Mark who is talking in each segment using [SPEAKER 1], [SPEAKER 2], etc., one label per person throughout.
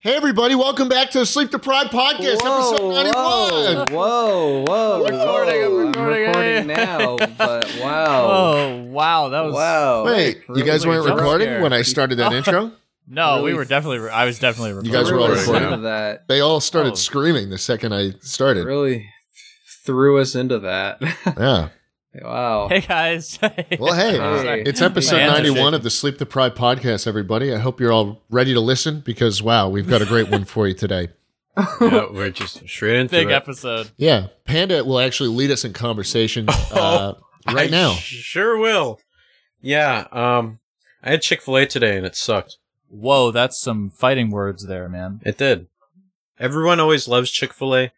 [SPEAKER 1] Hey, everybody, welcome back to the Sleep Deprived Podcast, episode 91.
[SPEAKER 2] Whoa, whoa,
[SPEAKER 3] recording, I'm
[SPEAKER 2] whoa.
[SPEAKER 3] recording,
[SPEAKER 2] recording
[SPEAKER 3] hey.
[SPEAKER 2] now, but wow.
[SPEAKER 3] Oh wow, that was
[SPEAKER 2] Wow.
[SPEAKER 1] Wait, you guys
[SPEAKER 3] really
[SPEAKER 1] weren't
[SPEAKER 3] jump
[SPEAKER 1] recording
[SPEAKER 3] scare.
[SPEAKER 1] when I started
[SPEAKER 3] Oh.
[SPEAKER 1] that intro?
[SPEAKER 3] no,
[SPEAKER 2] Really
[SPEAKER 3] we were definitely. I was definitely recording.
[SPEAKER 1] You guys were all
[SPEAKER 2] really
[SPEAKER 1] recording.
[SPEAKER 2] threw that.
[SPEAKER 1] They all started
[SPEAKER 3] Oh.
[SPEAKER 1] screaming the second I started.
[SPEAKER 2] Really threw us into that.
[SPEAKER 1] Yeah.
[SPEAKER 2] wow.
[SPEAKER 3] Hey guys.
[SPEAKER 1] Well, hey,
[SPEAKER 2] Hey.
[SPEAKER 1] it's episode
[SPEAKER 3] Hands are
[SPEAKER 1] 91
[SPEAKER 3] shaking.
[SPEAKER 1] of the Sleep Deprived Podcast, everybody. I hope you're all ready to listen because, wow, we've got a great one for you today.
[SPEAKER 4] yeah, we're just straight into
[SPEAKER 3] big
[SPEAKER 4] it.
[SPEAKER 3] episode.
[SPEAKER 1] Yeah, Panda will actually lead us in conversation
[SPEAKER 3] Oh,
[SPEAKER 1] uh, right
[SPEAKER 4] I
[SPEAKER 1] now.
[SPEAKER 4] Sure will. Yeah. Um, I had Chick Fil A today and it sucked.
[SPEAKER 3] Whoa, that's some fighting words there, man.
[SPEAKER 4] It did. Everyone always loves Chick Fil A,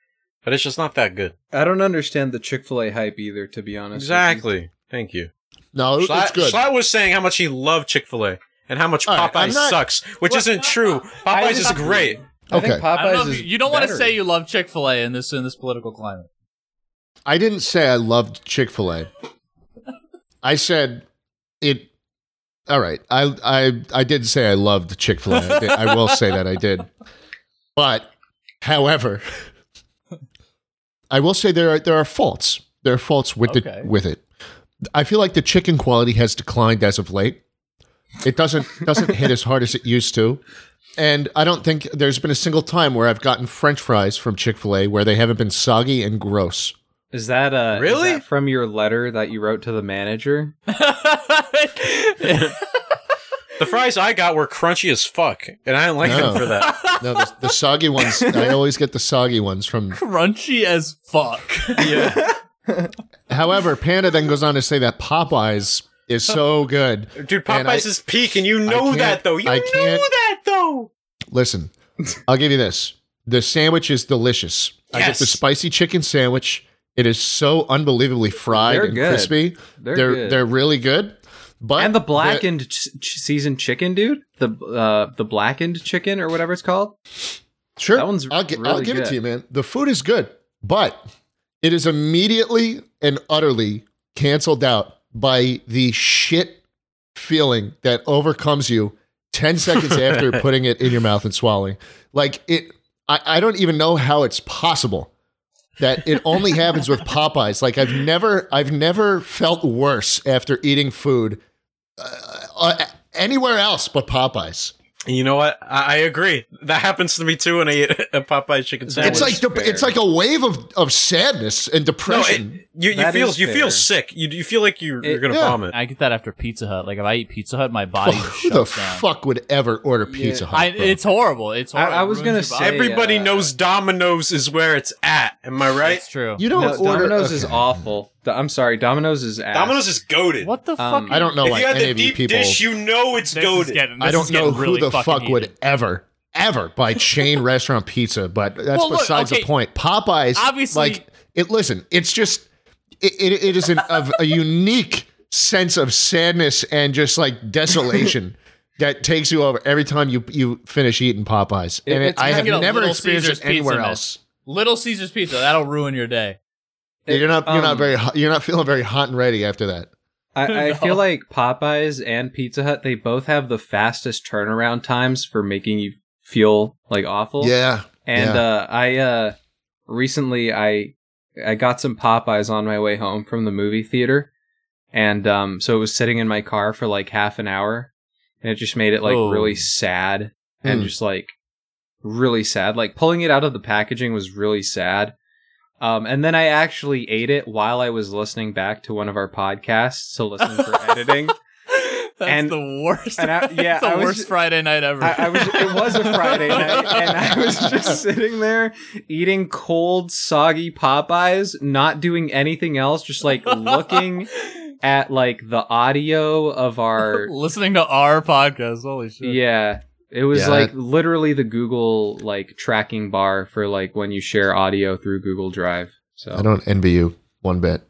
[SPEAKER 4] but it's just not that good.
[SPEAKER 2] I don't understand the Chick fil A hype either, to be honest. with you.
[SPEAKER 4] Exactly. Thank you.
[SPEAKER 1] No, it- Oh, it's
[SPEAKER 4] Schlatt,
[SPEAKER 1] good.
[SPEAKER 4] Schlatt was saying how much he loved Chick Fil A and how much
[SPEAKER 1] All right, I'm
[SPEAKER 4] Popeyes
[SPEAKER 1] not-
[SPEAKER 4] sucks, which isn't true.
[SPEAKER 2] I
[SPEAKER 4] Popeyes is
[SPEAKER 2] just-
[SPEAKER 4] great.
[SPEAKER 2] I think
[SPEAKER 1] Okay.
[SPEAKER 3] I don't
[SPEAKER 2] Popeyes
[SPEAKER 3] know if
[SPEAKER 2] is
[SPEAKER 3] you, you don't want to
[SPEAKER 2] better.
[SPEAKER 3] say you love Chick Fil A in this in this political climate.
[SPEAKER 1] I didn't say I loved Chick Fil A. I said it. All right, I I I did say I loved Chick Fil A. I did- I will say that I did. But, however, I will say there are there are faults. There are faults with
[SPEAKER 3] Okay.
[SPEAKER 1] it with it. I feel like the chicken quality has declined as of late. It doesn't doesn't hit as hard as it used to. And I don't think there's been a single time where I've gotten French fries from Chick Fil A where they haven't been soggy and gross.
[SPEAKER 2] Is that uh is
[SPEAKER 4] Really?
[SPEAKER 2] that from your letter that you wrote to the manager?
[SPEAKER 4] The fries I got were crunchy as fuck, and I didn't like
[SPEAKER 1] No.
[SPEAKER 4] them for that.
[SPEAKER 1] No, the, the soggy ones. I always get the soggy ones from.
[SPEAKER 3] Crunchy as fuck.
[SPEAKER 4] Yeah.
[SPEAKER 1] However, Panda then goes on to say that Popeyes is so good.
[SPEAKER 4] Dude,
[SPEAKER 1] And
[SPEAKER 4] Popeyes
[SPEAKER 1] I-
[SPEAKER 4] is peak, and you
[SPEAKER 1] I
[SPEAKER 4] know
[SPEAKER 1] can't-
[SPEAKER 4] that, though. You
[SPEAKER 1] I
[SPEAKER 4] know
[SPEAKER 1] can't-
[SPEAKER 4] that, though.
[SPEAKER 1] Listen, I'll give you this. The sandwich is delicious. I get
[SPEAKER 4] Yes.
[SPEAKER 1] the spicy chicken sandwich. It is so unbelievably fried
[SPEAKER 2] They're
[SPEAKER 1] and
[SPEAKER 2] good.
[SPEAKER 1] crispy.
[SPEAKER 2] They're
[SPEAKER 1] they're
[SPEAKER 2] good.
[SPEAKER 1] they're really good. But
[SPEAKER 2] and the blackened ch- ch- seasoned chicken, dude. The uh, the blackened chicken or whatever it's called.
[SPEAKER 1] Sure.
[SPEAKER 2] That one's
[SPEAKER 1] I'll, gi- I'll
[SPEAKER 2] really
[SPEAKER 1] give it to
[SPEAKER 2] good.
[SPEAKER 1] you, man. The food is good, but it is immediately and utterly canceled out by the shit feeling that overcomes you 10 seconds after putting it in your mouth and swallowing. Like it, I, I don't even know how it's possible that it only happens with Popeyes. Like I've never, I've never felt worse after eating food uh, uh, anywhere else but Popeyes.
[SPEAKER 4] You know what? I, I agree. That happens to me too when I eat a Popeye chicken sandwich.
[SPEAKER 1] it's like
[SPEAKER 2] was
[SPEAKER 1] de-
[SPEAKER 2] fair.
[SPEAKER 1] it's like a wave of, of sadness and
[SPEAKER 4] no,
[SPEAKER 1] depression.
[SPEAKER 4] it, you, you
[SPEAKER 2] That
[SPEAKER 4] feel
[SPEAKER 2] is
[SPEAKER 4] you
[SPEAKER 2] fair.
[SPEAKER 4] feel sick. You, you feel like you're,
[SPEAKER 2] It-
[SPEAKER 4] you're gonna
[SPEAKER 1] Yeah.
[SPEAKER 4] vomit.
[SPEAKER 3] I get that after Pizza Hut. Like if I eat Pizza Hut, my
[SPEAKER 1] Well,
[SPEAKER 3] body
[SPEAKER 1] who
[SPEAKER 3] shuts
[SPEAKER 1] the
[SPEAKER 3] down.
[SPEAKER 1] fuck would ever order Pizza Hut?
[SPEAKER 3] I,
[SPEAKER 1] bro?
[SPEAKER 3] it's horrible. It's
[SPEAKER 2] I-
[SPEAKER 3] horrible.
[SPEAKER 2] I was
[SPEAKER 3] It
[SPEAKER 2] gonna
[SPEAKER 3] ruins your
[SPEAKER 2] say,
[SPEAKER 3] body.
[SPEAKER 4] Everybody
[SPEAKER 2] uh,
[SPEAKER 4] knows Domino's is where it's at. Am I right?
[SPEAKER 3] That's true.
[SPEAKER 1] you don't
[SPEAKER 2] No,
[SPEAKER 1] order
[SPEAKER 2] Domino's is
[SPEAKER 1] okay.
[SPEAKER 2] awful. Do- I'm sorry, Domino's is ass.
[SPEAKER 4] Domino's is goaded.
[SPEAKER 3] What the
[SPEAKER 2] Um,
[SPEAKER 3] fuck?
[SPEAKER 1] I don't know
[SPEAKER 4] if
[SPEAKER 1] why
[SPEAKER 4] you had
[SPEAKER 1] any
[SPEAKER 4] the
[SPEAKER 1] of you
[SPEAKER 4] deep
[SPEAKER 1] people.
[SPEAKER 4] dish, you know it's
[SPEAKER 3] This is
[SPEAKER 4] goaded.
[SPEAKER 3] getting- this
[SPEAKER 1] I
[SPEAKER 3] is
[SPEAKER 1] don't
[SPEAKER 3] getting
[SPEAKER 1] know who
[SPEAKER 3] really
[SPEAKER 1] the
[SPEAKER 3] fucking
[SPEAKER 1] fuck would
[SPEAKER 3] heated.
[SPEAKER 1] ever, ever buy chain restaurant pizza, but that's
[SPEAKER 3] Well, look,
[SPEAKER 1] besides
[SPEAKER 3] okay.
[SPEAKER 1] the point. Popeyes,
[SPEAKER 3] Obviously-
[SPEAKER 1] like it. Listen, it's just it. It, it is an, of a unique sense of sadness and just like desolation. That takes you over every time you you finish eating Popeyes,
[SPEAKER 2] It-
[SPEAKER 1] and it,
[SPEAKER 2] it's
[SPEAKER 1] I
[SPEAKER 2] like
[SPEAKER 1] have
[SPEAKER 3] a
[SPEAKER 1] never
[SPEAKER 3] Little
[SPEAKER 1] experienced
[SPEAKER 3] Caesar's
[SPEAKER 1] it anywhere
[SPEAKER 3] pizza, man.
[SPEAKER 1] else.
[SPEAKER 3] Little Caesar's Pizza. That'll ruin your day.
[SPEAKER 1] you're not you're not
[SPEAKER 2] um,
[SPEAKER 1] very hot- you're not feeling very hot and ready after that.
[SPEAKER 2] I, I
[SPEAKER 3] No.
[SPEAKER 2] feel like Popeyes and Pizza Hut they both have the fastest turnaround times for making you feel like awful.
[SPEAKER 1] Yeah,
[SPEAKER 2] And
[SPEAKER 1] yeah.
[SPEAKER 2] uh, I uh, recently I I got some Popeyes on my way home from the movie theater, and um, so it was sitting in my car for like half an hour, and it just made it like
[SPEAKER 3] Oh.
[SPEAKER 2] really sad and
[SPEAKER 1] Hmm.
[SPEAKER 2] just like really sad. Like pulling it out of the packaging was really sad. Um, and then I actually ate it while I was listening back to one of our podcasts to listen for editing.
[SPEAKER 3] That's
[SPEAKER 2] And-
[SPEAKER 3] the worst.
[SPEAKER 2] and I- yeah,
[SPEAKER 3] it's the
[SPEAKER 2] I was
[SPEAKER 3] worst
[SPEAKER 2] ju-
[SPEAKER 3] Friday night ever.
[SPEAKER 2] I, I was it was a Friday night and I was just sitting there eating cold, soggy Popeyes, not doing anything else, just like looking at like the audio of our
[SPEAKER 3] listening to our podcast. Holy shit!
[SPEAKER 2] Yeah. It was
[SPEAKER 1] Yeah,
[SPEAKER 2] like
[SPEAKER 1] that-
[SPEAKER 2] literally the Google like tracking bar for like when you share audio through Google Drive.
[SPEAKER 1] I
[SPEAKER 2] So
[SPEAKER 1] don't envy you one bit.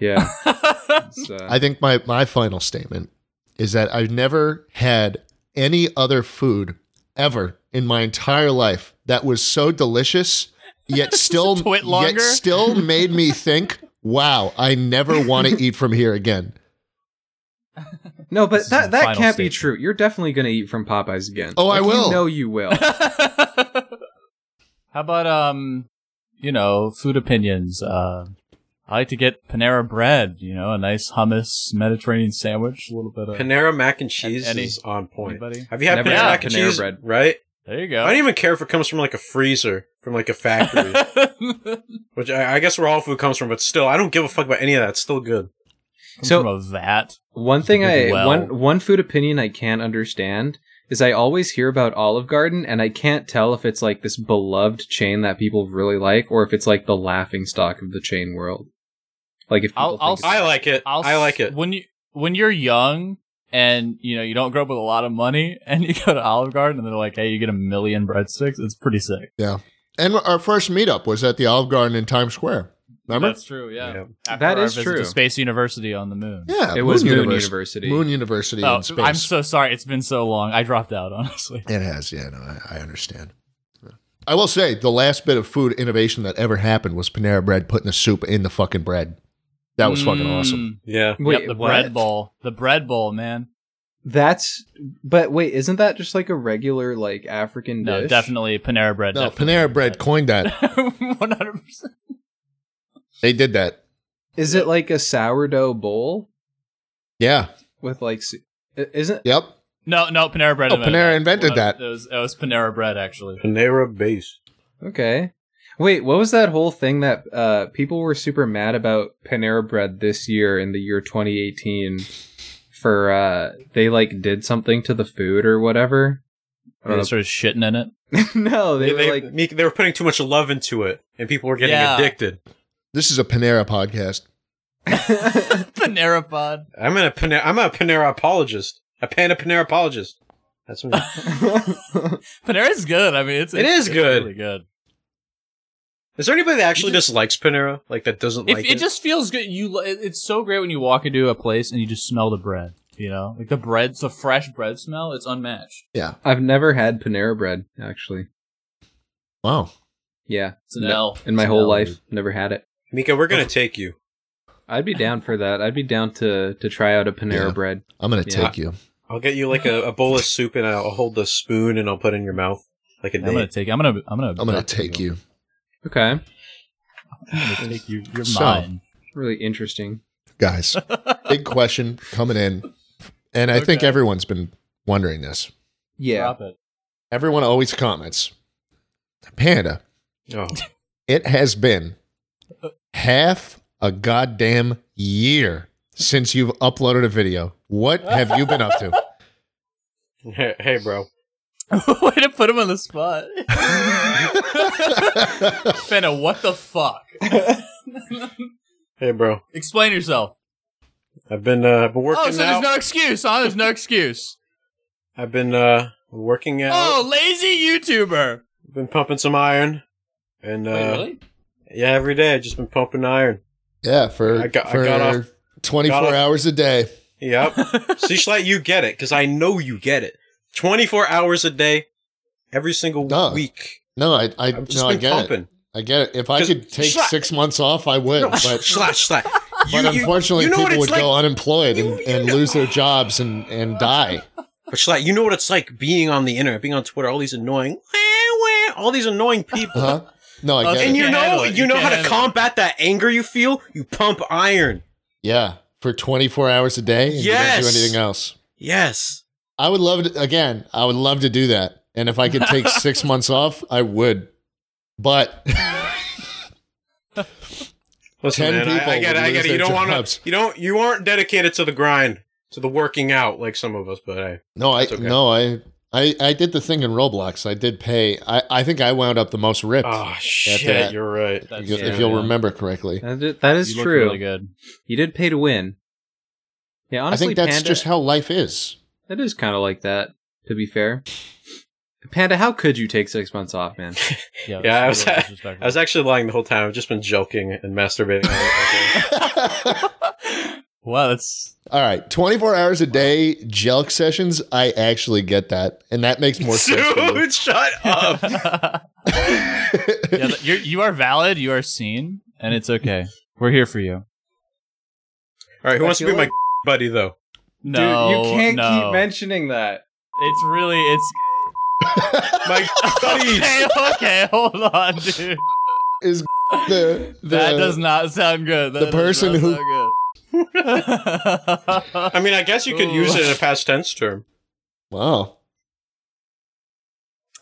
[SPEAKER 2] yeah.
[SPEAKER 3] Yeah.
[SPEAKER 2] it's, uh,
[SPEAKER 1] I think my my final statement is that I've never had any other food ever in my entire life that was so delicious yet still
[SPEAKER 3] twit
[SPEAKER 1] yet
[SPEAKER 3] longer?
[SPEAKER 1] still made me think, wow, I never want to eat from here again.
[SPEAKER 2] no,
[SPEAKER 3] This
[SPEAKER 2] but
[SPEAKER 3] is
[SPEAKER 2] that
[SPEAKER 3] the
[SPEAKER 2] that
[SPEAKER 3] final
[SPEAKER 2] can't be
[SPEAKER 3] statement.
[SPEAKER 2] true. You're definitely gonna eat from Popeyes again.
[SPEAKER 1] Oh, I will.
[SPEAKER 2] You know you will.
[SPEAKER 3] How about um, you know, food opinions? Uh, I like to get Panera bread. You know, a nice hummus Mediterranean sandwich, a little bit of.
[SPEAKER 4] Panera mac and cheese
[SPEAKER 3] Any-
[SPEAKER 4] is on point.
[SPEAKER 3] anybody?
[SPEAKER 4] Have you had Panera
[SPEAKER 2] Never
[SPEAKER 3] had
[SPEAKER 4] mac and
[SPEAKER 2] Panera
[SPEAKER 4] cheese?
[SPEAKER 2] bread.
[SPEAKER 4] Right?
[SPEAKER 3] there you
[SPEAKER 4] I don't
[SPEAKER 3] go.
[SPEAKER 4] even care if it comes from like a freezer from like a factory, which I, I guess where all food comes from. But still, I don't give a fuck about any of that. It's still good.
[SPEAKER 2] So-
[SPEAKER 3] so, from a vat.
[SPEAKER 2] One thing I
[SPEAKER 3] Well.
[SPEAKER 2] one one food opinion I can't understand is I always hear about Olive Garden and I can't tell if it's like this beloved chain that people really like or if it's like the laughing stock of the chain world. Like if people
[SPEAKER 3] I'll-
[SPEAKER 2] think
[SPEAKER 3] I'll
[SPEAKER 2] it's-
[SPEAKER 4] I like it. i
[SPEAKER 3] I'll
[SPEAKER 4] like
[SPEAKER 3] s-
[SPEAKER 4] it.
[SPEAKER 3] When you when you're young and you know you don't grow up with a lot of money and you go to Olive Garden and they're like, hey, you get a million breadsticks. It's pretty sick.
[SPEAKER 1] And our first meetup was at the Olive Garden in Times Square. Remember?
[SPEAKER 3] That's true. Yeah.
[SPEAKER 4] Yeah.
[SPEAKER 3] After
[SPEAKER 2] That
[SPEAKER 3] our
[SPEAKER 2] is
[SPEAKER 3] visit to
[SPEAKER 2] true.
[SPEAKER 3] Space University on the moon.
[SPEAKER 1] yeah,
[SPEAKER 2] it was Moon
[SPEAKER 1] Univers-
[SPEAKER 2] University.
[SPEAKER 1] Moon University
[SPEAKER 3] Oh,
[SPEAKER 1] in space.
[SPEAKER 3] I'm so sorry. It's been so long. I dropped out, honestly.
[SPEAKER 1] It has, yeah. No, I, I understand. I will say the last bit of food innovation that ever happened was Panera Bread putting the soup in the fucking bread. That was fucking
[SPEAKER 3] Mm.
[SPEAKER 1] awesome.
[SPEAKER 4] Yeah.
[SPEAKER 2] Wait,
[SPEAKER 3] yep, the
[SPEAKER 2] what?
[SPEAKER 3] bread bowl. The bread bowl, man.
[SPEAKER 2] That's but wait, isn't that just like a regular like African
[SPEAKER 3] No,
[SPEAKER 2] dish?
[SPEAKER 3] definitely Panera bread.
[SPEAKER 1] No, Panera Bread coined that.
[SPEAKER 3] One hundred percent.
[SPEAKER 1] They did that.
[SPEAKER 2] Is it like a sourdough bowl
[SPEAKER 1] Yeah.
[SPEAKER 2] with like s- i- isn't
[SPEAKER 1] Yep.
[SPEAKER 3] No, no, Panera bread.
[SPEAKER 1] Oh, Panera invented
[SPEAKER 3] Well,
[SPEAKER 1] that.
[SPEAKER 3] It was, it was Panera bread, actually.
[SPEAKER 4] Panera base.
[SPEAKER 2] Okay. Wait, what was that whole thing that uh, people were super mad about Panera Bread this year in the year 2018 for uh, they like did something to the food or whatever?
[SPEAKER 3] They were sort of shitting in it.
[SPEAKER 2] no, Oh, they,
[SPEAKER 4] They, they,
[SPEAKER 2] were like
[SPEAKER 4] me- they were putting too much love into it, and people were getting
[SPEAKER 3] Yeah.
[SPEAKER 4] addicted.
[SPEAKER 1] This is a Panera podcast.
[SPEAKER 3] Panera pod.
[SPEAKER 4] I'm in a Panera. I'm a Panera apologist. A Panda Panera apologist. That's me.
[SPEAKER 3] Panera's good. I mean, it's
[SPEAKER 4] It is
[SPEAKER 3] it's
[SPEAKER 4] good.
[SPEAKER 3] Really good.
[SPEAKER 4] Is there anybody that actually dislikes Panera? Like that doesn't
[SPEAKER 3] If,
[SPEAKER 4] like
[SPEAKER 3] it, just feels good. You, li- it- it's so great when you walk into a place and you just smell the bread. You know, like the bread, the fresh bread smell. It's unmatched.
[SPEAKER 2] I've never had Panera Bread actually.
[SPEAKER 1] Wow.
[SPEAKER 2] Yeah,
[SPEAKER 3] It's an
[SPEAKER 2] No,
[SPEAKER 3] L
[SPEAKER 2] in my
[SPEAKER 3] It's an
[SPEAKER 2] whole
[SPEAKER 3] L,
[SPEAKER 2] life,
[SPEAKER 3] dude.
[SPEAKER 2] never had it.
[SPEAKER 4] Mika, we're gonna take you.
[SPEAKER 2] I'd be down for that. I'd be down to to try out a Panera
[SPEAKER 1] Yeah.
[SPEAKER 2] Bread.
[SPEAKER 1] I'm gonna
[SPEAKER 2] Yeah.
[SPEAKER 1] take you.
[SPEAKER 4] I'll get you like a, a bowl of soup, and I'll hold the spoon, and I'll put it in your mouth like a
[SPEAKER 3] I'm gonna
[SPEAKER 4] date.
[SPEAKER 3] take. I'm gonna. I'm gonna.
[SPEAKER 1] I'm gonna
[SPEAKER 3] bet
[SPEAKER 1] take you.
[SPEAKER 2] Okay,
[SPEAKER 3] I'm gonna take you. You're
[SPEAKER 1] So-
[SPEAKER 3] mine.
[SPEAKER 2] really interesting.
[SPEAKER 1] Guys. Big question coming in. And I think
[SPEAKER 3] Okay.
[SPEAKER 1] everyone's been wondering this.
[SPEAKER 2] Yeah,
[SPEAKER 3] Drop it.
[SPEAKER 1] Everyone always comments. Panda,
[SPEAKER 4] Oh,
[SPEAKER 1] It has been half a goddamn year since you've uploaded a video. What have you been up to?
[SPEAKER 4] hey, hey, bro.
[SPEAKER 3] Way to put him on the spot. Fenna, what the fuck?
[SPEAKER 4] Hey, bro.
[SPEAKER 3] Explain yourself.
[SPEAKER 4] I've been uh, I've been working
[SPEAKER 3] oh, so
[SPEAKER 4] out.
[SPEAKER 3] there's no excuse, huh? There's no excuse.
[SPEAKER 4] I've been uh, working out.
[SPEAKER 3] Oh, lazy YouTuber.
[SPEAKER 4] Been pumping some iron, and uh,
[SPEAKER 3] Wait, really?
[SPEAKER 4] yeah, every day I've just been pumping iron.
[SPEAKER 1] yeah, for,
[SPEAKER 4] I got- I
[SPEAKER 1] for
[SPEAKER 4] got off-
[SPEAKER 1] 24
[SPEAKER 4] got off-
[SPEAKER 1] hours a day.
[SPEAKER 4] Yep. See, Schleit, you get it because I know you get it. Twenty four hours a day, every single
[SPEAKER 1] Duh.
[SPEAKER 4] week.
[SPEAKER 1] No, I, I,
[SPEAKER 4] I've just
[SPEAKER 1] no, I
[SPEAKER 4] been
[SPEAKER 1] get
[SPEAKER 4] pumping.
[SPEAKER 1] it. I get it. If I
[SPEAKER 4] 'Cause-
[SPEAKER 1] could take
[SPEAKER 4] Shut-
[SPEAKER 1] six months off, I would.
[SPEAKER 4] No,
[SPEAKER 1] but
[SPEAKER 4] slash slash.
[SPEAKER 1] but unfortunately, people would go unemployed
[SPEAKER 4] You-
[SPEAKER 1] and,
[SPEAKER 4] you
[SPEAKER 1] and
[SPEAKER 4] know-
[SPEAKER 1] lose their jobs and, and die.
[SPEAKER 4] But Schlatt, you know what it's like being on the internet, being on Twitter, all these annoying, wah, wah, all these annoying people.
[SPEAKER 1] Huh? No, I get
[SPEAKER 3] Okay.
[SPEAKER 4] Uh, And
[SPEAKER 1] it.
[SPEAKER 3] You
[SPEAKER 4] Uh-huh. you
[SPEAKER 3] can't
[SPEAKER 4] know,
[SPEAKER 3] handle it.
[SPEAKER 4] you
[SPEAKER 3] You
[SPEAKER 4] know
[SPEAKER 3] can't
[SPEAKER 4] how to
[SPEAKER 3] handle it.
[SPEAKER 4] combat that anger you feel. You pump iron.
[SPEAKER 1] Yeah, for 24 hours a day. And You don't
[SPEAKER 4] Yes.
[SPEAKER 1] do anything else.
[SPEAKER 4] Yes.
[SPEAKER 1] I would love to again. I would love to do that, and if I could take six months off, I would. But
[SPEAKER 4] Listen,
[SPEAKER 1] 10
[SPEAKER 4] man, I, I
[SPEAKER 1] people
[SPEAKER 4] get it.
[SPEAKER 1] would
[SPEAKER 4] I get
[SPEAKER 1] lose
[SPEAKER 4] it. You
[SPEAKER 1] their
[SPEAKER 4] don't want
[SPEAKER 1] jobs.
[SPEAKER 4] to. You don't. You aren't dedicated to the grind, to the working out like some of us. But I,
[SPEAKER 1] no, I
[SPEAKER 4] That's okay.
[SPEAKER 1] no, I, I I did the thing in Roblox. I did pay. I I think I wound up the most ripped.
[SPEAKER 4] oh shit,
[SPEAKER 1] that.
[SPEAKER 4] you're right.
[SPEAKER 1] if
[SPEAKER 3] That's
[SPEAKER 1] you-
[SPEAKER 3] true,
[SPEAKER 1] if you'll
[SPEAKER 3] yeah.
[SPEAKER 1] remember correctly,
[SPEAKER 2] that is, that is
[SPEAKER 3] you look
[SPEAKER 2] true.
[SPEAKER 3] really good.
[SPEAKER 2] You did pay to win. Yeah,
[SPEAKER 1] I
[SPEAKER 2] honestly,
[SPEAKER 1] think that's
[SPEAKER 2] Panda,
[SPEAKER 1] just how life is.
[SPEAKER 2] that is kind of like that. To be fair, Panda, how could you take six months off, man?
[SPEAKER 3] Yeah,
[SPEAKER 4] Yeah, I
[SPEAKER 3] that's
[SPEAKER 4] was-
[SPEAKER 3] really disrespectful.
[SPEAKER 4] I was actually lying the whole time. I've just been joking and masturbating.
[SPEAKER 3] wow, that's
[SPEAKER 1] All right, twenty four hours a day jelk sessions. I actually get that, and that makes more sense. to me.
[SPEAKER 4] Dude, shut
[SPEAKER 3] Um,
[SPEAKER 4] up.
[SPEAKER 3] yeah, that- you're, you are valid. You are seen, and it's okay. We're here for you.
[SPEAKER 4] All right, who
[SPEAKER 2] I
[SPEAKER 4] wants to
[SPEAKER 2] feel
[SPEAKER 4] be my
[SPEAKER 2] like-
[SPEAKER 4] buddy though?
[SPEAKER 3] No,
[SPEAKER 2] Dude, you can't
[SPEAKER 3] no.
[SPEAKER 2] keep mentioning that.
[SPEAKER 3] It's really it's
[SPEAKER 4] My buddies.
[SPEAKER 3] okay, okay, hold on, dude.
[SPEAKER 1] Is the, the
[SPEAKER 3] that does not sound good. That
[SPEAKER 1] the person
[SPEAKER 3] does not
[SPEAKER 1] who-
[SPEAKER 3] sound
[SPEAKER 4] I mean, I guess you could use it in a past tense term.
[SPEAKER 1] wow?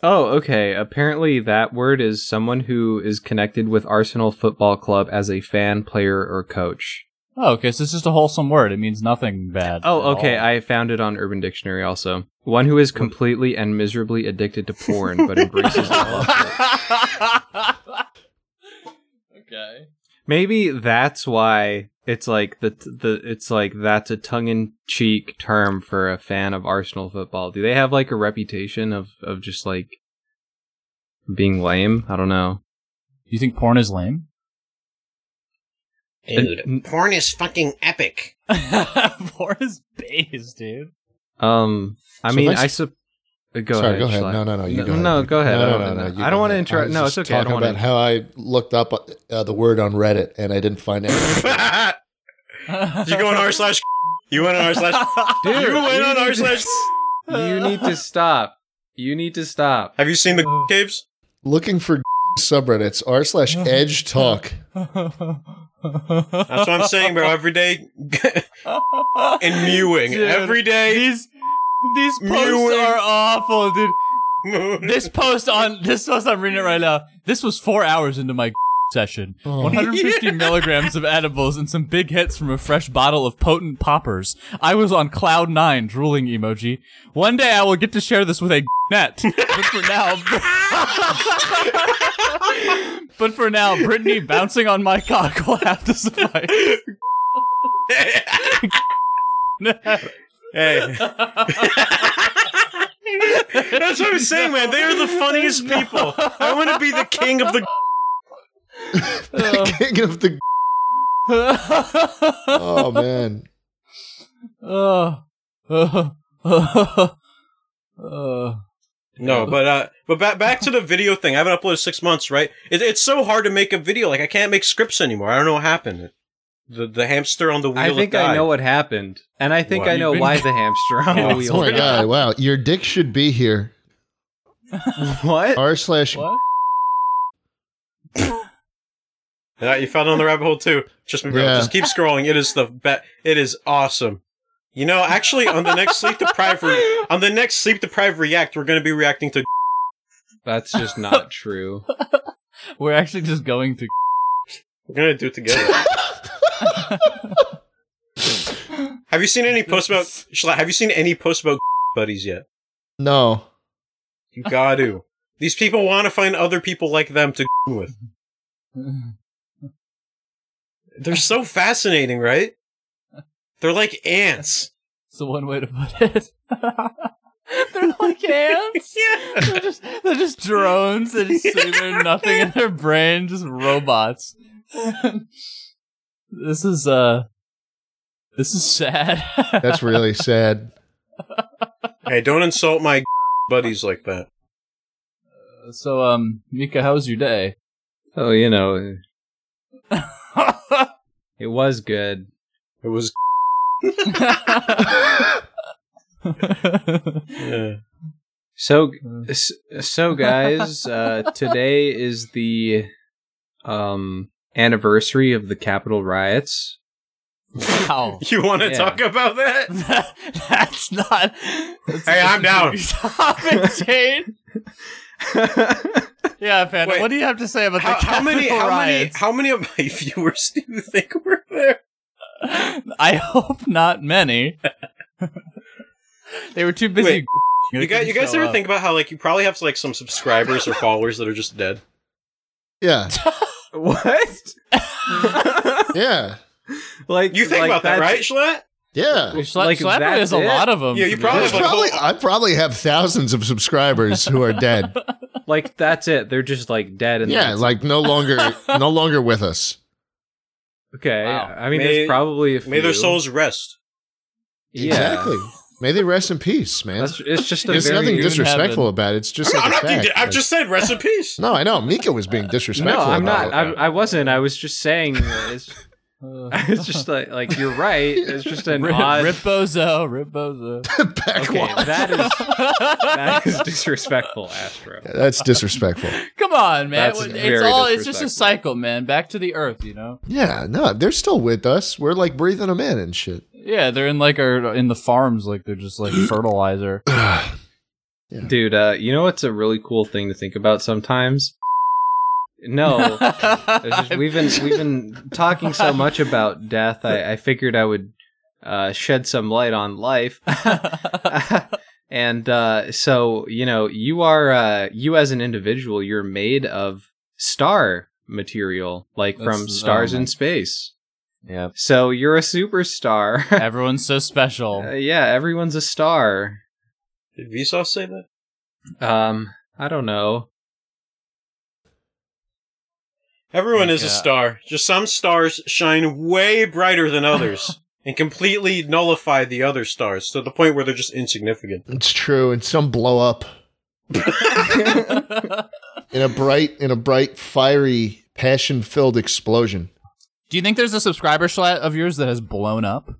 [SPEAKER 2] Oh, okay. Apparently, that word is someone who is connected with Arsenal Football Club as a fan, player, or coach.
[SPEAKER 3] good. oh, okay, so it's just a wholesome word. It means nothing bad.
[SPEAKER 2] Oh,
[SPEAKER 3] at
[SPEAKER 2] okay.
[SPEAKER 3] all.
[SPEAKER 2] I found it on Urban Dictionary also. One who is completely and miserably addicted to porn, but embraces the love.
[SPEAKER 3] okay.
[SPEAKER 2] Maybe that's why it's like the the it's like that's a tongue in cheek term for a fan of Arsenal football. Do they have like a reputation of of just like being lame? I don't know.
[SPEAKER 3] You think porn is lame?
[SPEAKER 2] N-
[SPEAKER 4] porn is fucking epic.
[SPEAKER 3] porn is base, dude.
[SPEAKER 2] Um, I
[SPEAKER 1] So
[SPEAKER 2] mean,
[SPEAKER 1] that's-
[SPEAKER 2] I sup. uh, Go
[SPEAKER 1] Sorry,
[SPEAKER 2] ahead.
[SPEAKER 1] go ahead.
[SPEAKER 2] Shlai.
[SPEAKER 1] No, no, no. You
[SPEAKER 2] no,
[SPEAKER 1] go ahead.
[SPEAKER 2] no, go ahead.
[SPEAKER 1] No, no,
[SPEAKER 2] I don't,
[SPEAKER 1] no, no, you
[SPEAKER 2] I don't
[SPEAKER 1] go
[SPEAKER 2] want
[SPEAKER 1] ahead.
[SPEAKER 2] to
[SPEAKER 1] I
[SPEAKER 2] interrupt.
[SPEAKER 1] was
[SPEAKER 2] No,
[SPEAKER 1] just
[SPEAKER 2] it's okay. I
[SPEAKER 1] Talking
[SPEAKER 2] don't
[SPEAKER 1] about
[SPEAKER 2] want to.
[SPEAKER 1] how I looked up uh, the word on Reddit and I didn't find anything.
[SPEAKER 4] you go on r slash. You went on r slash.
[SPEAKER 2] Dude,
[SPEAKER 4] you went on
[SPEAKER 2] you
[SPEAKER 4] r
[SPEAKER 2] need
[SPEAKER 4] slash.
[SPEAKER 3] how-
[SPEAKER 2] You need to stop. You need to stop.
[SPEAKER 4] Have you seen the caves?
[SPEAKER 1] Looking for subreddits r slash
[SPEAKER 2] Oh,
[SPEAKER 1] edge talk.
[SPEAKER 4] That's what I'm saying, bro. Every day and mewing.
[SPEAKER 3] Dude,
[SPEAKER 4] Every day
[SPEAKER 3] These these posts
[SPEAKER 4] Mewing.
[SPEAKER 3] are awful, dude.
[SPEAKER 4] moon.
[SPEAKER 3] This post on this post I'm reading it right now. This was four hours into my session.
[SPEAKER 1] Oh.
[SPEAKER 3] 150 milligrams of edibles and some big hits from a fresh bottle of potent poppers. I was on cloud nine, drooling emoji. One day I will get to share this with a net. But for now, but for now, Brittany bouncing on my cock will have to suffice.
[SPEAKER 4] hey. That's what I'm saying, man. They are the funniest people. I want to be the king of the.
[SPEAKER 1] King of the. Oh man.
[SPEAKER 3] Uh, uh, uh, uh.
[SPEAKER 4] No, but uh, but back back to the video thing. I haven't uploaded six months, right? It, it's so hard to make a video. Like I can't make scripts anymore. I don't know what happened. The the hamster on the wheel.
[SPEAKER 2] I think I know what happened, and I think
[SPEAKER 4] What?
[SPEAKER 2] I know
[SPEAKER 3] You've been-
[SPEAKER 2] why the hamster on the
[SPEAKER 3] Yeah,
[SPEAKER 1] Oh my
[SPEAKER 2] wheel.
[SPEAKER 1] god! Wow, your dick should be here. Oh
[SPEAKER 2] What?
[SPEAKER 1] R slash.
[SPEAKER 3] What?
[SPEAKER 4] Yeah, you fell down the rabbit hole too. Just me, bro.
[SPEAKER 1] Yeah.
[SPEAKER 4] Just keep scrolling. It is the be- It is awesome. You know, actually, on the next sleep deprived re- on the next sleep deprived react, we're going to be reacting to.
[SPEAKER 2] That's just not true.
[SPEAKER 3] We're actually just going to.
[SPEAKER 4] We're going to do it together. have you seen any posts about? Shla, have you seen any posts about buddies yet?
[SPEAKER 1] No.
[SPEAKER 4] You got to. These people want to find other people like them to with. They're so fascinating, right? They're like ants.
[SPEAKER 3] It's the one way to put it. they're like ants. They're just, they're just drones. They just sitting there, nothing in their brain, just robots. this is uh, this is sad.
[SPEAKER 1] That's really sad.
[SPEAKER 4] Hey, don't insult my buddies like that.
[SPEAKER 3] so um, Mika, how was your day?
[SPEAKER 2] Oh, you know, it was good.
[SPEAKER 4] It was. Yeah.
[SPEAKER 2] So, s- so guys, uh, today is the um anniversary of the Capitol riots.
[SPEAKER 3] wow.
[SPEAKER 4] You want to
[SPEAKER 2] Yeah.
[SPEAKER 4] talk about that?
[SPEAKER 3] That- that's not. That's
[SPEAKER 4] Hey, I'm down.
[SPEAKER 3] Stop it, Jane. Yeah, Panda.
[SPEAKER 4] Wait.
[SPEAKER 3] what do you have to say about
[SPEAKER 4] How,
[SPEAKER 3] the
[SPEAKER 4] how many?
[SPEAKER 3] Capitol
[SPEAKER 4] How many?
[SPEAKER 3] riots?
[SPEAKER 4] How many of my viewers do you think were there?
[SPEAKER 3] I hope not many. they were too busy.
[SPEAKER 4] Wait, You guys, you guys ever think about how like you probably have like some subscribers or followers that are just dead?
[SPEAKER 1] Yeah.
[SPEAKER 2] what?
[SPEAKER 1] Yeah.
[SPEAKER 2] like
[SPEAKER 4] You think
[SPEAKER 2] like
[SPEAKER 4] about
[SPEAKER 2] that's-
[SPEAKER 4] that, right, Schlatt?
[SPEAKER 1] Yeah.
[SPEAKER 3] like
[SPEAKER 2] Like,
[SPEAKER 3] Slapper
[SPEAKER 2] that's
[SPEAKER 3] has a
[SPEAKER 2] it?
[SPEAKER 3] lot of them.
[SPEAKER 4] Yeah, you probably
[SPEAKER 1] There's
[SPEAKER 4] have a whole-
[SPEAKER 1] probably I probably have thousands of subscribers who are dead.
[SPEAKER 2] Like that's it. They're just like dead and
[SPEAKER 1] Yeah,
[SPEAKER 2] that's-
[SPEAKER 1] like no longer no longer with us.
[SPEAKER 2] okay.
[SPEAKER 3] Wow.
[SPEAKER 2] I mean,
[SPEAKER 4] May-
[SPEAKER 2] there's probably a few.
[SPEAKER 4] May their souls rest.
[SPEAKER 2] Yeah.
[SPEAKER 1] Exactly. May they rest in peace, man.
[SPEAKER 2] That's, it's just a
[SPEAKER 1] There's
[SPEAKER 2] very
[SPEAKER 1] nothing
[SPEAKER 3] good
[SPEAKER 1] disrespectful
[SPEAKER 3] heaven.
[SPEAKER 1] about it. It's just
[SPEAKER 4] I'm,
[SPEAKER 1] like
[SPEAKER 4] I'm
[SPEAKER 1] a
[SPEAKER 4] not.
[SPEAKER 1] fact.
[SPEAKER 4] Being, I've
[SPEAKER 1] Like-
[SPEAKER 4] just said rest in peace.
[SPEAKER 1] No, I know. Mika was being
[SPEAKER 2] No,
[SPEAKER 1] disrespectful.
[SPEAKER 2] I'm
[SPEAKER 1] about
[SPEAKER 2] not.
[SPEAKER 1] it.
[SPEAKER 2] I, I wasn't. I was just saying. that It's,
[SPEAKER 3] Uh,
[SPEAKER 2] it's just like, like you're right. It's just an
[SPEAKER 3] rip,
[SPEAKER 2] odd.
[SPEAKER 3] rip Bozo, Rip Bozo.
[SPEAKER 1] Back
[SPEAKER 2] okay,
[SPEAKER 1] wall.
[SPEAKER 2] that is that is disrespectful, Astro.
[SPEAKER 1] Yeah, That's disrespectful.
[SPEAKER 3] Come on, man.
[SPEAKER 2] That's
[SPEAKER 3] It- it's
[SPEAKER 2] very
[SPEAKER 3] all it's just a
[SPEAKER 2] disrespectful.
[SPEAKER 3] cycle, man. Back to the earth, you know.
[SPEAKER 1] Yeah, no, they're still with us. We're like breathing them in and shit.
[SPEAKER 3] Yeah, they're in like our in the farms, like they're just like fertilizer.
[SPEAKER 2] Dude, uh, you know what's a really cool thing to think about sometimes? No.
[SPEAKER 3] Oh.
[SPEAKER 2] It's just- we've been we've been talking so much about death. I, I figured I would uh, shed some light on life, and uh, so you know, you are uh, you as an individual, you're made of star material, like from
[SPEAKER 3] That's-
[SPEAKER 2] stars
[SPEAKER 3] oh my-
[SPEAKER 2] in space.
[SPEAKER 3] Yep.
[SPEAKER 2] So you're a superstar.
[SPEAKER 3] Everyone's so special.
[SPEAKER 2] Uh, yeah, everyone's a star.
[SPEAKER 4] Did Vsauce say that?
[SPEAKER 2] Um, I don't know.
[SPEAKER 4] Everyone is a
[SPEAKER 3] Yeah.
[SPEAKER 4] star. Just some stars shine way brighter than others and completely nullify the other stars to the point where they're just insignificant.
[SPEAKER 1] It's true. And some blow up in a bright, in a bright, fiery, passion-filled explosion.
[SPEAKER 3] Do you think there's a subscriber slat of yours that has blown up?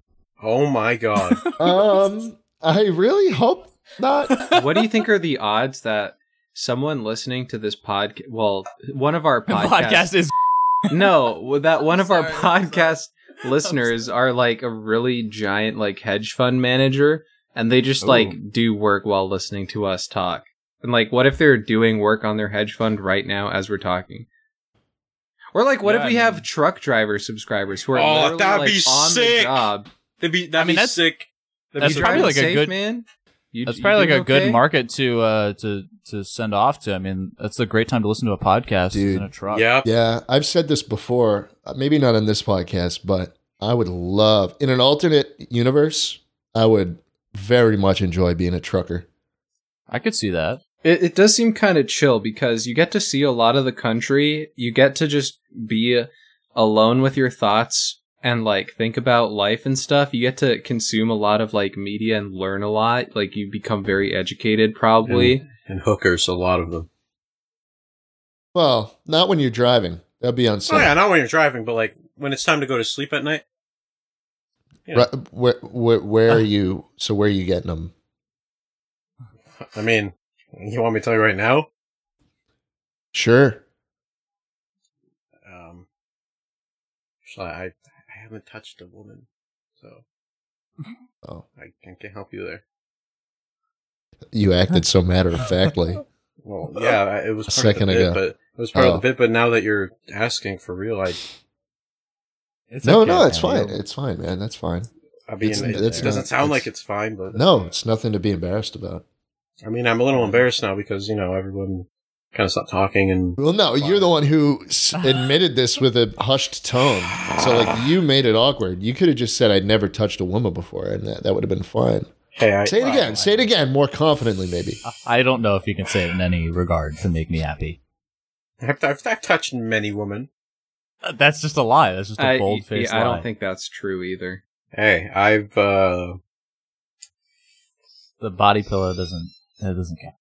[SPEAKER 4] Oh my god.
[SPEAKER 1] Um, I really hope not.
[SPEAKER 2] what do you think are the odds that someone listening to this podcast, well, one of our podcasts,
[SPEAKER 3] Podcast is
[SPEAKER 2] no, well, that one of our
[SPEAKER 3] sorry, I'm
[SPEAKER 2] podcast listeners are like a really giant like hedge fund manager, and they just like do work while listening to us talk. And like, what if they're doing work on their hedge fund right now as we're talking? Or like, what
[SPEAKER 3] Yeah,
[SPEAKER 2] if
[SPEAKER 3] I
[SPEAKER 2] we
[SPEAKER 3] mean-
[SPEAKER 2] have truck driver subscribers who are
[SPEAKER 4] Oh,
[SPEAKER 2] literally
[SPEAKER 4] that'd
[SPEAKER 2] like
[SPEAKER 4] be
[SPEAKER 2] on the
[SPEAKER 4] sick.
[SPEAKER 2] job?
[SPEAKER 4] That'd be, that'd
[SPEAKER 3] I mean,
[SPEAKER 4] be
[SPEAKER 3] that's-
[SPEAKER 4] sick. That'd
[SPEAKER 3] that's
[SPEAKER 4] be
[SPEAKER 3] probably
[SPEAKER 2] driving
[SPEAKER 3] like a
[SPEAKER 2] safe,
[SPEAKER 3] good-
[SPEAKER 2] man. You,
[SPEAKER 3] that's
[SPEAKER 2] you
[SPEAKER 3] probably like
[SPEAKER 2] doing
[SPEAKER 3] a good
[SPEAKER 2] okay?
[SPEAKER 3] market to uh to to send off to. I mean, that's a great time to listen to a podcast
[SPEAKER 1] Dude.
[SPEAKER 3] in a truck.
[SPEAKER 4] Yep.
[SPEAKER 1] Yeah, I've said this before. uh, Maybe not on this podcast, but I would love in an alternate universe. I would very much enjoy being a trucker.
[SPEAKER 3] I could see that.
[SPEAKER 2] It, it does seem kind of chill because you get to see a lot of the country. You get to just be alone with your thoughts and like think about life and stuff. You get to consume a lot of like media and learn a lot. Like you become very educated, probably.
[SPEAKER 4] And hookers, a lot of them.
[SPEAKER 1] Well, not when you're driving. That'd be unsafe.
[SPEAKER 4] Oh yeah, not when you're driving, but like when it's time to go to sleep at night. yeah.
[SPEAKER 1] Ru- Where, where, where are you? So where are you getting them?
[SPEAKER 4] I mean, you want me to tell you right now?
[SPEAKER 1] Sure.
[SPEAKER 4] Um, so I, I haven't touched a woman, so
[SPEAKER 1] Oh,
[SPEAKER 4] I can't can help you there.
[SPEAKER 1] you acted so matter of factly.
[SPEAKER 4] Well, yeah, I- it was
[SPEAKER 1] A
[SPEAKER 4] part
[SPEAKER 1] second
[SPEAKER 4] of the
[SPEAKER 1] ago.
[SPEAKER 4] bit, but it was part
[SPEAKER 1] Oh.
[SPEAKER 4] of the bit. But now that you're asking for real, I,
[SPEAKER 3] It's
[SPEAKER 1] no,
[SPEAKER 3] okay,
[SPEAKER 1] no, it's
[SPEAKER 3] man.
[SPEAKER 1] fine. It's fine, man. That's fine.
[SPEAKER 4] I mean,
[SPEAKER 1] It's-
[SPEAKER 4] it,
[SPEAKER 1] it's
[SPEAKER 4] it doesn't
[SPEAKER 1] not-
[SPEAKER 4] sound
[SPEAKER 1] it's-
[SPEAKER 4] like it's fine, but
[SPEAKER 1] No, Mm. it's nothing to be embarrassed about.
[SPEAKER 4] I mean, I'm a little embarrassed now because you know everyone kind of stopped talking and
[SPEAKER 1] Well, no, you're the one who s- admitted this with a hushed tone. So, like, you made it awkward. You could have just said, I'd never touched a woman before, and that, that would have been fine.
[SPEAKER 4] hey, I,
[SPEAKER 1] Say it
[SPEAKER 3] Right,
[SPEAKER 1] again.
[SPEAKER 3] right.
[SPEAKER 1] Say it again more confidently, maybe.
[SPEAKER 3] I don't know if you can say it in any regard to make me happy.
[SPEAKER 4] I've, I've, I've touched many women.
[SPEAKER 3] Uh, That's just a lie. That's just
[SPEAKER 2] I,
[SPEAKER 3] a bold
[SPEAKER 2] yeah,
[SPEAKER 3] faced
[SPEAKER 2] I
[SPEAKER 3] lie.
[SPEAKER 2] don't think that's true either.
[SPEAKER 4] Hey, I've uh,
[SPEAKER 3] the body pillow doesn't that doesn't count.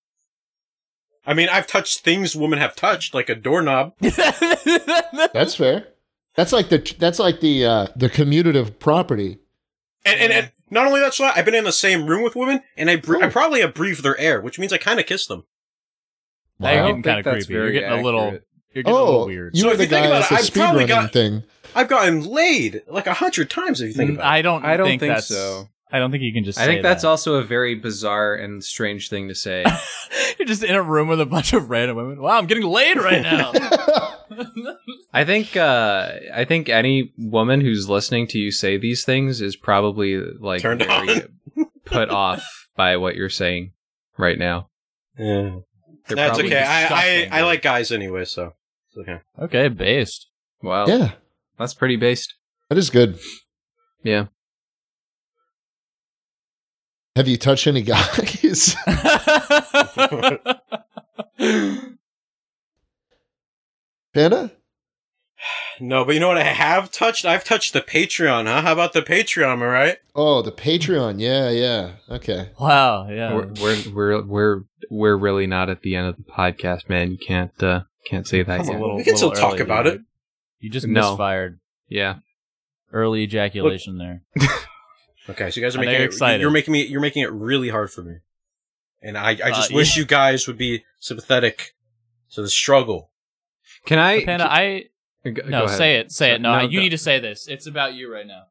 [SPEAKER 4] I mean, I've touched things women have touched, like a doorknob.
[SPEAKER 1] That's fair. That's like the that's like the uh, the commutative property.
[SPEAKER 4] And, and, and not only that, so I've been in the same room with women, and I br- I probably have breathed their air, which means I kind of kissed them.
[SPEAKER 3] Now you're
[SPEAKER 1] Wow.
[SPEAKER 3] getting kind
[SPEAKER 2] think
[SPEAKER 3] of
[SPEAKER 2] that's
[SPEAKER 3] creepy. You're
[SPEAKER 2] very
[SPEAKER 3] getting a little.
[SPEAKER 2] accurate.
[SPEAKER 3] You're getting a little
[SPEAKER 1] Oh,
[SPEAKER 3] weird.
[SPEAKER 1] you
[SPEAKER 4] So
[SPEAKER 1] were
[SPEAKER 4] if
[SPEAKER 1] the
[SPEAKER 4] you think
[SPEAKER 1] guy
[SPEAKER 4] about
[SPEAKER 1] that's
[SPEAKER 4] it,
[SPEAKER 1] a
[SPEAKER 4] I've probably
[SPEAKER 1] speedrunning
[SPEAKER 4] got-
[SPEAKER 1] thing.
[SPEAKER 4] I've gotten laid like a hundred times if you think about it.
[SPEAKER 3] Mm, I don't.
[SPEAKER 2] I don't
[SPEAKER 3] think,
[SPEAKER 2] think
[SPEAKER 3] that's,
[SPEAKER 2] so.
[SPEAKER 3] I don't think you can just.
[SPEAKER 2] I think
[SPEAKER 3] say
[SPEAKER 2] that's
[SPEAKER 3] that.
[SPEAKER 2] also a very bizarre and strange thing to say.
[SPEAKER 3] You're just in a room with a bunch of random women. Wow, I'm getting laid right now.
[SPEAKER 2] I think uh, I think any woman who's listening to you say these things is probably like
[SPEAKER 4] Turned
[SPEAKER 2] very put off by what you're saying right now.
[SPEAKER 4] Yeah.
[SPEAKER 2] They're
[SPEAKER 4] That's
[SPEAKER 2] probably
[SPEAKER 4] okay.
[SPEAKER 3] disgusting,
[SPEAKER 4] I, I, I
[SPEAKER 3] dude.
[SPEAKER 4] like guys anyway, so it's okay.
[SPEAKER 3] okay, based.
[SPEAKER 2] Wow,
[SPEAKER 4] Oh.
[SPEAKER 1] yeah,
[SPEAKER 2] that's pretty based.
[SPEAKER 1] that is good.
[SPEAKER 2] Yeah.
[SPEAKER 1] Have you touched any guys? Panda?
[SPEAKER 4] No, but you know what I have touched? I've touched the Patreon, huh? How about the Patreon, am I right?
[SPEAKER 1] Oh, the Patreon. Yeah, yeah. Okay.
[SPEAKER 3] wow. Yeah.
[SPEAKER 2] We're, we're we're we're we're really not at the end of the podcast, man. You can't uh, can't say that
[SPEAKER 4] Come on,
[SPEAKER 2] yet.
[SPEAKER 4] we can still talk about it.
[SPEAKER 3] You just
[SPEAKER 2] No.
[SPEAKER 3] misfired.
[SPEAKER 2] Yeah,
[SPEAKER 3] Early ejaculation there.
[SPEAKER 4] Okay, so you guys are
[SPEAKER 3] I know
[SPEAKER 4] making
[SPEAKER 3] you're
[SPEAKER 4] it,
[SPEAKER 3] excited.
[SPEAKER 4] You're making me. You're making it really hard for me, and I. I just
[SPEAKER 3] Uh,
[SPEAKER 4] wish you guys would be sympathetic to the struggle.
[SPEAKER 2] Can I?
[SPEAKER 3] Panda, I
[SPEAKER 2] g- go
[SPEAKER 3] no
[SPEAKER 2] ahead.
[SPEAKER 3] say it, say it. No,
[SPEAKER 2] No,
[SPEAKER 3] you
[SPEAKER 2] go-
[SPEAKER 3] need to say this. It's about you right now.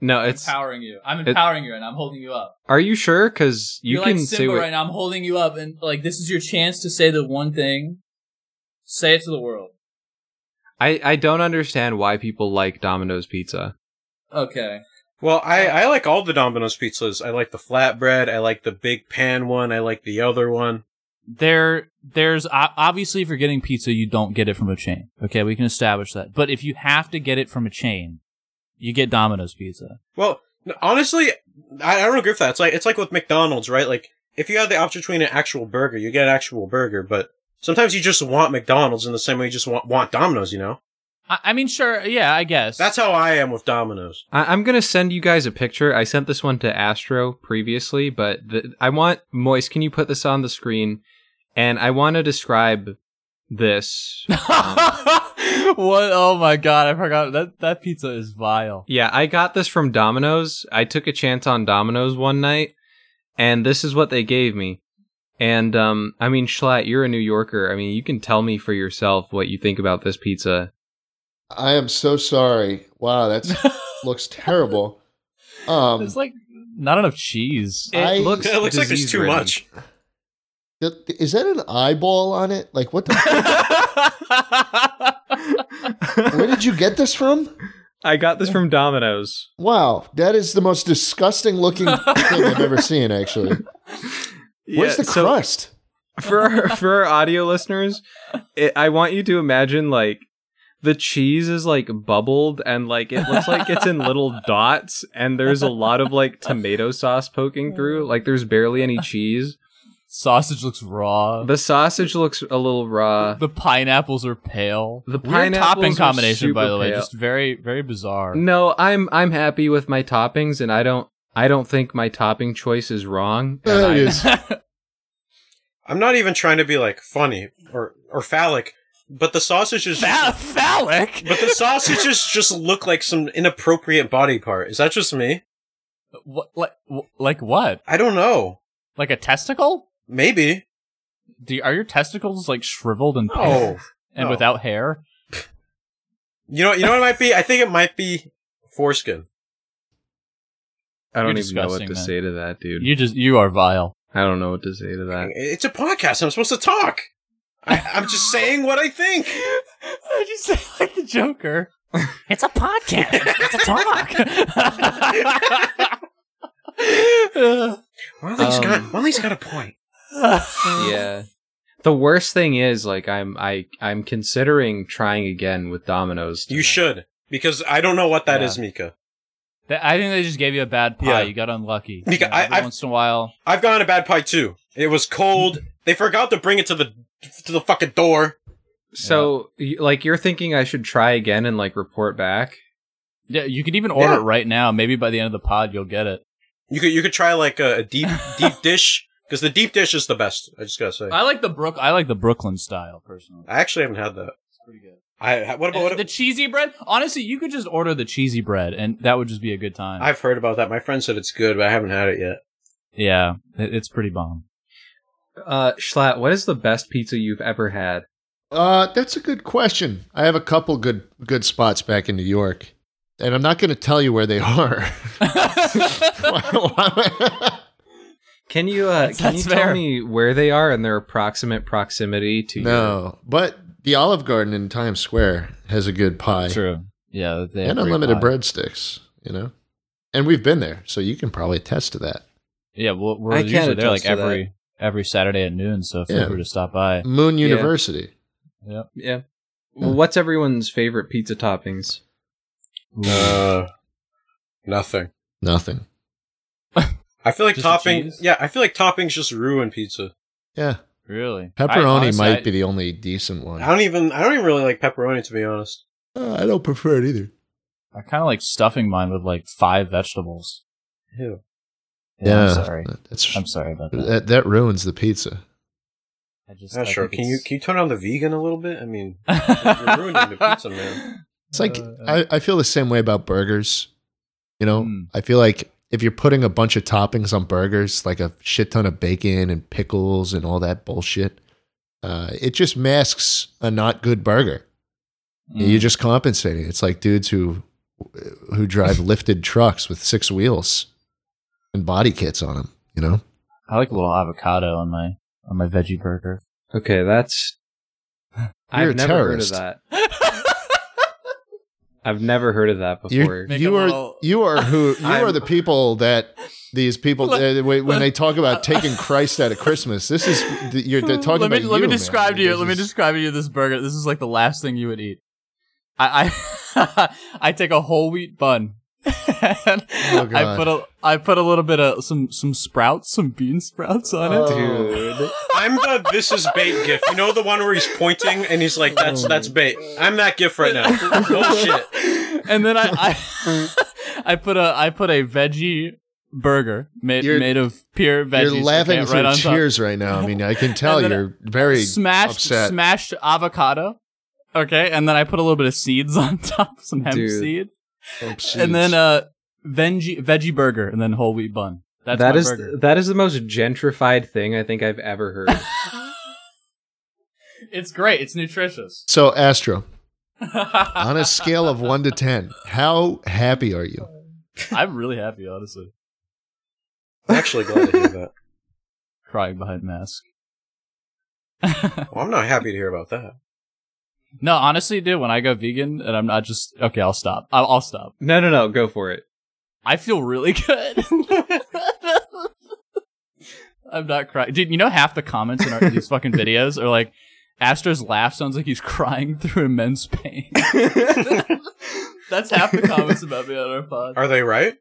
[SPEAKER 2] No,
[SPEAKER 3] I'm
[SPEAKER 2] it's.
[SPEAKER 3] empowering you. I'm
[SPEAKER 2] it-
[SPEAKER 3] empowering you, and I'm holding you up.
[SPEAKER 2] Are you sure? Because you
[SPEAKER 3] are
[SPEAKER 2] can
[SPEAKER 3] like
[SPEAKER 2] say
[SPEAKER 3] Simba
[SPEAKER 2] what.
[SPEAKER 3] right now. I'm holding you up, and like this is your chance to say the one thing. Say it to the world.
[SPEAKER 2] I I don't understand why people like Domino's pizza.
[SPEAKER 3] Okay.
[SPEAKER 4] Well, I, I like all the Domino's pizzas. I like the flatbread. I like the big pan one. I like the other one.
[SPEAKER 3] there there's o- obviously if you're getting pizza you don't get it from a chain okay we can establish that but if you have to get it from a chain you get domino's pizza
[SPEAKER 4] Well, n- honestly, I, I don't agree with that. It's like it's like with McDonald's, right? Like if you had the option between an actual burger, you get an actual burger. But sometimes you just want McDonald's in the same way you just want want Domino's. You know,
[SPEAKER 3] i, I mean sure yeah i guess
[SPEAKER 4] that's how I am with Domino's.
[SPEAKER 2] I, I'm gonna send you guys a picture. I sent this one to Astro previously, but the, I want Moist. Can you put this on the screen? And I want to describe this.
[SPEAKER 3] what oh my god i forgot that that pizza is vile
[SPEAKER 2] Yeah, I got this from Domino's. I took a chance on Domino's one night, and this is what they gave me. And um, I mean, Schlatt, you're a New Yorker. I mean, you can tell me for yourself what you think about this pizza.
[SPEAKER 1] I am so sorry. Wow, that looks terrible. Um,
[SPEAKER 3] it's like not enough cheese
[SPEAKER 2] It
[SPEAKER 1] I-
[SPEAKER 2] looks,
[SPEAKER 4] It looks like there's too
[SPEAKER 2] disease-ridden.
[SPEAKER 4] much.
[SPEAKER 1] th- th- is that an eyeball on it? Like, what the? where did you get this from?
[SPEAKER 2] I got this from Domino's.
[SPEAKER 1] Wow, that is the most disgusting looking thing I've ever seen. Actually, where's the
[SPEAKER 2] so-
[SPEAKER 1] crust?
[SPEAKER 2] for our, for our audio listeners, it, I want you to imagine like the cheese is like bubbled and like it looks like it's in little dots and there's a lot of like tomato sauce poking through. Like there's barely any cheese.
[SPEAKER 3] sausage looks raw the,
[SPEAKER 2] The sausage looks a little raw.
[SPEAKER 3] pineapples are pale
[SPEAKER 2] Uh, The
[SPEAKER 3] Weird topping
[SPEAKER 2] pineapples are
[SPEAKER 3] combination by
[SPEAKER 2] super
[SPEAKER 3] the way
[SPEAKER 2] pale.
[SPEAKER 3] just very very bizarre
[SPEAKER 2] No, I'm I'm happy with my toppings and I don't I don't think my topping choice is wrong. and
[SPEAKER 1] There
[SPEAKER 2] I-
[SPEAKER 1] it is.
[SPEAKER 4] I'm not even trying to be like funny or or phallic, but the sausage is
[SPEAKER 3] Pha- phallic
[SPEAKER 4] but the sausages just look like some inappropriate body part. Is that just me?
[SPEAKER 3] what, like, like what
[SPEAKER 4] I don't know.
[SPEAKER 3] like a testicle
[SPEAKER 4] Maybe.
[SPEAKER 3] Do you, are your testicles like shriveled and
[SPEAKER 4] No.
[SPEAKER 3] and
[SPEAKER 4] no.
[SPEAKER 3] without hair?
[SPEAKER 4] You know. You know what it might be. I think it might be foreskin.
[SPEAKER 2] I don't
[SPEAKER 3] You're
[SPEAKER 2] even know what to
[SPEAKER 3] disgusting, man.
[SPEAKER 2] say to that, dude.
[SPEAKER 3] You just you are vile.
[SPEAKER 2] I don't know what to say to that.
[SPEAKER 4] It's a podcast. I'm supposed to talk. I, I'm just saying what I think.
[SPEAKER 3] I just sound like the Joker. It's a podcast. It's a talk.
[SPEAKER 4] Wiley's
[SPEAKER 2] Um,
[SPEAKER 4] got Wiley's got a point.
[SPEAKER 2] yeah the worst thing is like i'm i i'm considering trying again with domino's
[SPEAKER 4] You
[SPEAKER 2] tonight.
[SPEAKER 4] should because I don't know what that
[SPEAKER 3] Yeah.
[SPEAKER 4] is, Mika.
[SPEAKER 3] I think they just gave you a bad pie.
[SPEAKER 4] Yeah.
[SPEAKER 3] You got unlucky.
[SPEAKER 4] Because
[SPEAKER 3] You know,
[SPEAKER 4] I-
[SPEAKER 3] every
[SPEAKER 4] I've-
[SPEAKER 3] once in a while,
[SPEAKER 4] I've gotten a bad pie too. It was cold. they forgot to bring it to the to the fucking door.
[SPEAKER 2] so y like you're thinking i should try again and like report back
[SPEAKER 3] yeah, you could even order
[SPEAKER 4] Yeah.
[SPEAKER 3] it right now. Maybe by the end of the pod, you'll get it.
[SPEAKER 4] You could you could try like a, a deep deep dish because the deep dish is the best. I just gotta say.
[SPEAKER 3] I like the Brook. I like the Brooklyn style personally.
[SPEAKER 4] I actually haven't had that.
[SPEAKER 3] It's pretty good.
[SPEAKER 4] I what about what,
[SPEAKER 3] And the cheesy bread. Honestly, you could just order the cheesy bread, and that would just be a good time.
[SPEAKER 4] I've heard about that. My friend said it's good, but I haven't had it yet.
[SPEAKER 3] yeah, it- it's pretty bomb.
[SPEAKER 2] uh schlatt what is the best pizza you've ever had
[SPEAKER 1] Uh, that's a good question. I have a couple good good spots back in New York, and I'm not going to tell you where they are.
[SPEAKER 2] can you uh can you
[SPEAKER 3] That's
[SPEAKER 2] tell
[SPEAKER 3] fair.
[SPEAKER 2] me where they are and their approximate proximity to your-
[SPEAKER 1] no, but the Olive Garden in Times Square has a good pie
[SPEAKER 3] True. Yeah, they have
[SPEAKER 1] and
[SPEAKER 3] great
[SPEAKER 1] unlimited
[SPEAKER 3] pie.
[SPEAKER 1] breadsticks. You know, and we've been there, so you can probably attest to that.
[SPEAKER 3] Yeah, well, we're
[SPEAKER 2] I can't
[SPEAKER 3] usually there like
[SPEAKER 2] attest to
[SPEAKER 3] every every Saturday at noon. So if
[SPEAKER 1] Yeah.
[SPEAKER 3] you were to stop by,
[SPEAKER 1] Moon
[SPEAKER 2] Yeah.
[SPEAKER 1] University.
[SPEAKER 3] yep.
[SPEAKER 2] yeah well, what's everyone's favorite pizza toppings
[SPEAKER 4] Uh, nothing.
[SPEAKER 1] Nothing.
[SPEAKER 4] I feel like
[SPEAKER 3] Just the
[SPEAKER 4] topping.
[SPEAKER 3] cheese?
[SPEAKER 4] Yeah, I feel like toppings just ruin pizza.
[SPEAKER 1] Yeah,
[SPEAKER 3] really,
[SPEAKER 1] pepperoni
[SPEAKER 3] I- honestly,
[SPEAKER 1] might
[SPEAKER 3] I-
[SPEAKER 1] be the only decent one.
[SPEAKER 4] I don't even. I don't even really like pepperoni, to be honest.
[SPEAKER 1] Uh, I don't prefer it either.
[SPEAKER 3] I kind of like stuffing mine with like five vegetables.
[SPEAKER 4] Ew.
[SPEAKER 3] Yeah, I'm sorry.
[SPEAKER 1] That's
[SPEAKER 3] I'm sorry about that.
[SPEAKER 1] that, that ruins the pizza.
[SPEAKER 3] I just
[SPEAKER 4] Not
[SPEAKER 3] I
[SPEAKER 4] sure.
[SPEAKER 3] think
[SPEAKER 4] Can you
[SPEAKER 3] it's-
[SPEAKER 4] can you turn on the vegan a little bit? I mean, You're ruining the pizza, man.
[SPEAKER 1] It's like
[SPEAKER 3] Uh,
[SPEAKER 1] I, I feel the same way about burgers. You know,
[SPEAKER 3] Mm.
[SPEAKER 1] I feel like if you're putting a bunch of toppings on burgers, like a shit ton of bacon and pickles and all that bullshit, uh, it just masks a not good burger.
[SPEAKER 5] Mm.
[SPEAKER 1] You're just compensating. It's like dudes who who drive lifted trucks with six wheels and body kits on them. You know,
[SPEAKER 5] I like a little avocado on my on my veggie burger.
[SPEAKER 2] Okay, that's.
[SPEAKER 1] You're a
[SPEAKER 2] I've never
[SPEAKER 1] terrorist.
[SPEAKER 2] heard of that. I've never heard of that
[SPEAKER 1] You're,
[SPEAKER 2] before.
[SPEAKER 3] Make
[SPEAKER 1] you
[SPEAKER 3] a
[SPEAKER 1] are
[SPEAKER 3] little-
[SPEAKER 1] you are who you are
[SPEAKER 2] I'm-
[SPEAKER 1] the people that these people uh, when when they talk about taking Christ out of Christmas. This is you're they're talking
[SPEAKER 3] let me,
[SPEAKER 1] about
[SPEAKER 3] Let
[SPEAKER 1] you,
[SPEAKER 3] me
[SPEAKER 1] man.
[SPEAKER 3] describe to you.
[SPEAKER 1] This
[SPEAKER 3] Let me
[SPEAKER 1] is-
[SPEAKER 3] describe to you this burger. This is like the last thing you would eat. I I, I take a whole wheat bun. and I
[SPEAKER 1] Oh, God.
[SPEAKER 3] put a I put a little bit of some some sprouts, some bean sprouts on
[SPEAKER 1] Oh,
[SPEAKER 3] it.
[SPEAKER 2] Dude.
[SPEAKER 4] I'm the this is bait gif. You know the one where he's pointing and he's like, that's that's bait. I'm that gif right now. Bullshit.
[SPEAKER 1] Oh.
[SPEAKER 3] and then I, I I put a I put a veggie burger made
[SPEAKER 1] You're-
[SPEAKER 3] made of pure veggies.
[SPEAKER 1] You're laughing
[SPEAKER 3] okay,
[SPEAKER 1] through
[SPEAKER 3] right on top.
[SPEAKER 1] tears right now. I mean, I can tell
[SPEAKER 3] And then uh,
[SPEAKER 1] you're very
[SPEAKER 3] Smashed
[SPEAKER 1] upset.
[SPEAKER 3] smashed avocado. Okay, and then I put a little bit of seeds on top, some hemp
[SPEAKER 2] Dude.
[SPEAKER 3] seed,
[SPEAKER 1] Oops,
[SPEAKER 3] and then
[SPEAKER 1] Oh, jeez.
[SPEAKER 3] uh veggie veggie burger, and then whole wheat bun. That's
[SPEAKER 2] That
[SPEAKER 3] my
[SPEAKER 2] is-
[SPEAKER 3] burger.
[SPEAKER 2] that is the most gentrified thing I think I've ever heard.
[SPEAKER 3] it's great. It's nutritious.
[SPEAKER 1] so Astro, on a scale of one to ten, how happy are you?
[SPEAKER 3] I'm really happy, honestly.
[SPEAKER 4] I'm actually glad to hear that.
[SPEAKER 3] Crying behind mask.
[SPEAKER 4] Well, I'm not happy to hear about that.
[SPEAKER 3] No, honestly, dude, when I go vegan and I'm not just okay, I'll stop. I'll, I'll stop.
[SPEAKER 2] No, no, no, go for it.
[SPEAKER 3] I feel really good. I'm not crying. Dude, you know half the comments in our, these fucking videos are like, Astro's laugh sounds like he's crying through immense pain. That's half the comments about me on our pod.
[SPEAKER 4] Are they right?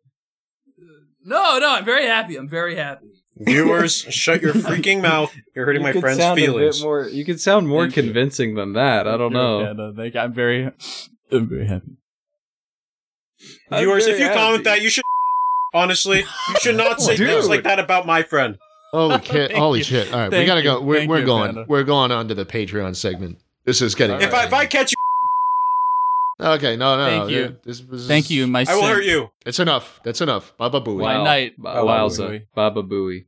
[SPEAKER 3] No, no, I'm very happy. I'm very happy.
[SPEAKER 4] Viewers, shut your freaking mouth. You're hurting
[SPEAKER 2] You
[SPEAKER 4] my
[SPEAKER 2] could
[SPEAKER 4] friend's
[SPEAKER 2] sound a bit
[SPEAKER 4] feelings.
[SPEAKER 2] more- you could sound more
[SPEAKER 3] Thank you.
[SPEAKER 2] convincing than that. I don't
[SPEAKER 3] You're
[SPEAKER 2] know.
[SPEAKER 3] okay, no, thank you. I'm very, I'm very happy.
[SPEAKER 2] I'm
[SPEAKER 4] Viewers,
[SPEAKER 2] very
[SPEAKER 4] if you comment
[SPEAKER 2] happy.
[SPEAKER 4] that, you should. Honestly, you should not say
[SPEAKER 2] Dude.
[SPEAKER 4] things like that about my friend.
[SPEAKER 1] Holy shit!
[SPEAKER 3] Thank
[SPEAKER 1] Holy
[SPEAKER 3] you.
[SPEAKER 1] shit! All right, we
[SPEAKER 3] Thank
[SPEAKER 1] gotta go.
[SPEAKER 3] you.
[SPEAKER 1] We're,
[SPEAKER 3] Thank
[SPEAKER 1] we're
[SPEAKER 3] you,
[SPEAKER 1] going.
[SPEAKER 3] Panda.
[SPEAKER 1] We're going on to the Patreon segment. This is getting.
[SPEAKER 4] If I if I catch you,
[SPEAKER 1] okay, no, no,
[SPEAKER 3] Thank
[SPEAKER 1] no.
[SPEAKER 3] you.
[SPEAKER 1] This, this-
[SPEAKER 3] Thank you. My
[SPEAKER 4] I will
[SPEAKER 3] sin-
[SPEAKER 4] hurt you.
[SPEAKER 1] It's enough. That's enough. Baba booey.
[SPEAKER 3] My
[SPEAKER 2] Wow.
[SPEAKER 3] night.
[SPEAKER 2] Wowza. Baba Booey.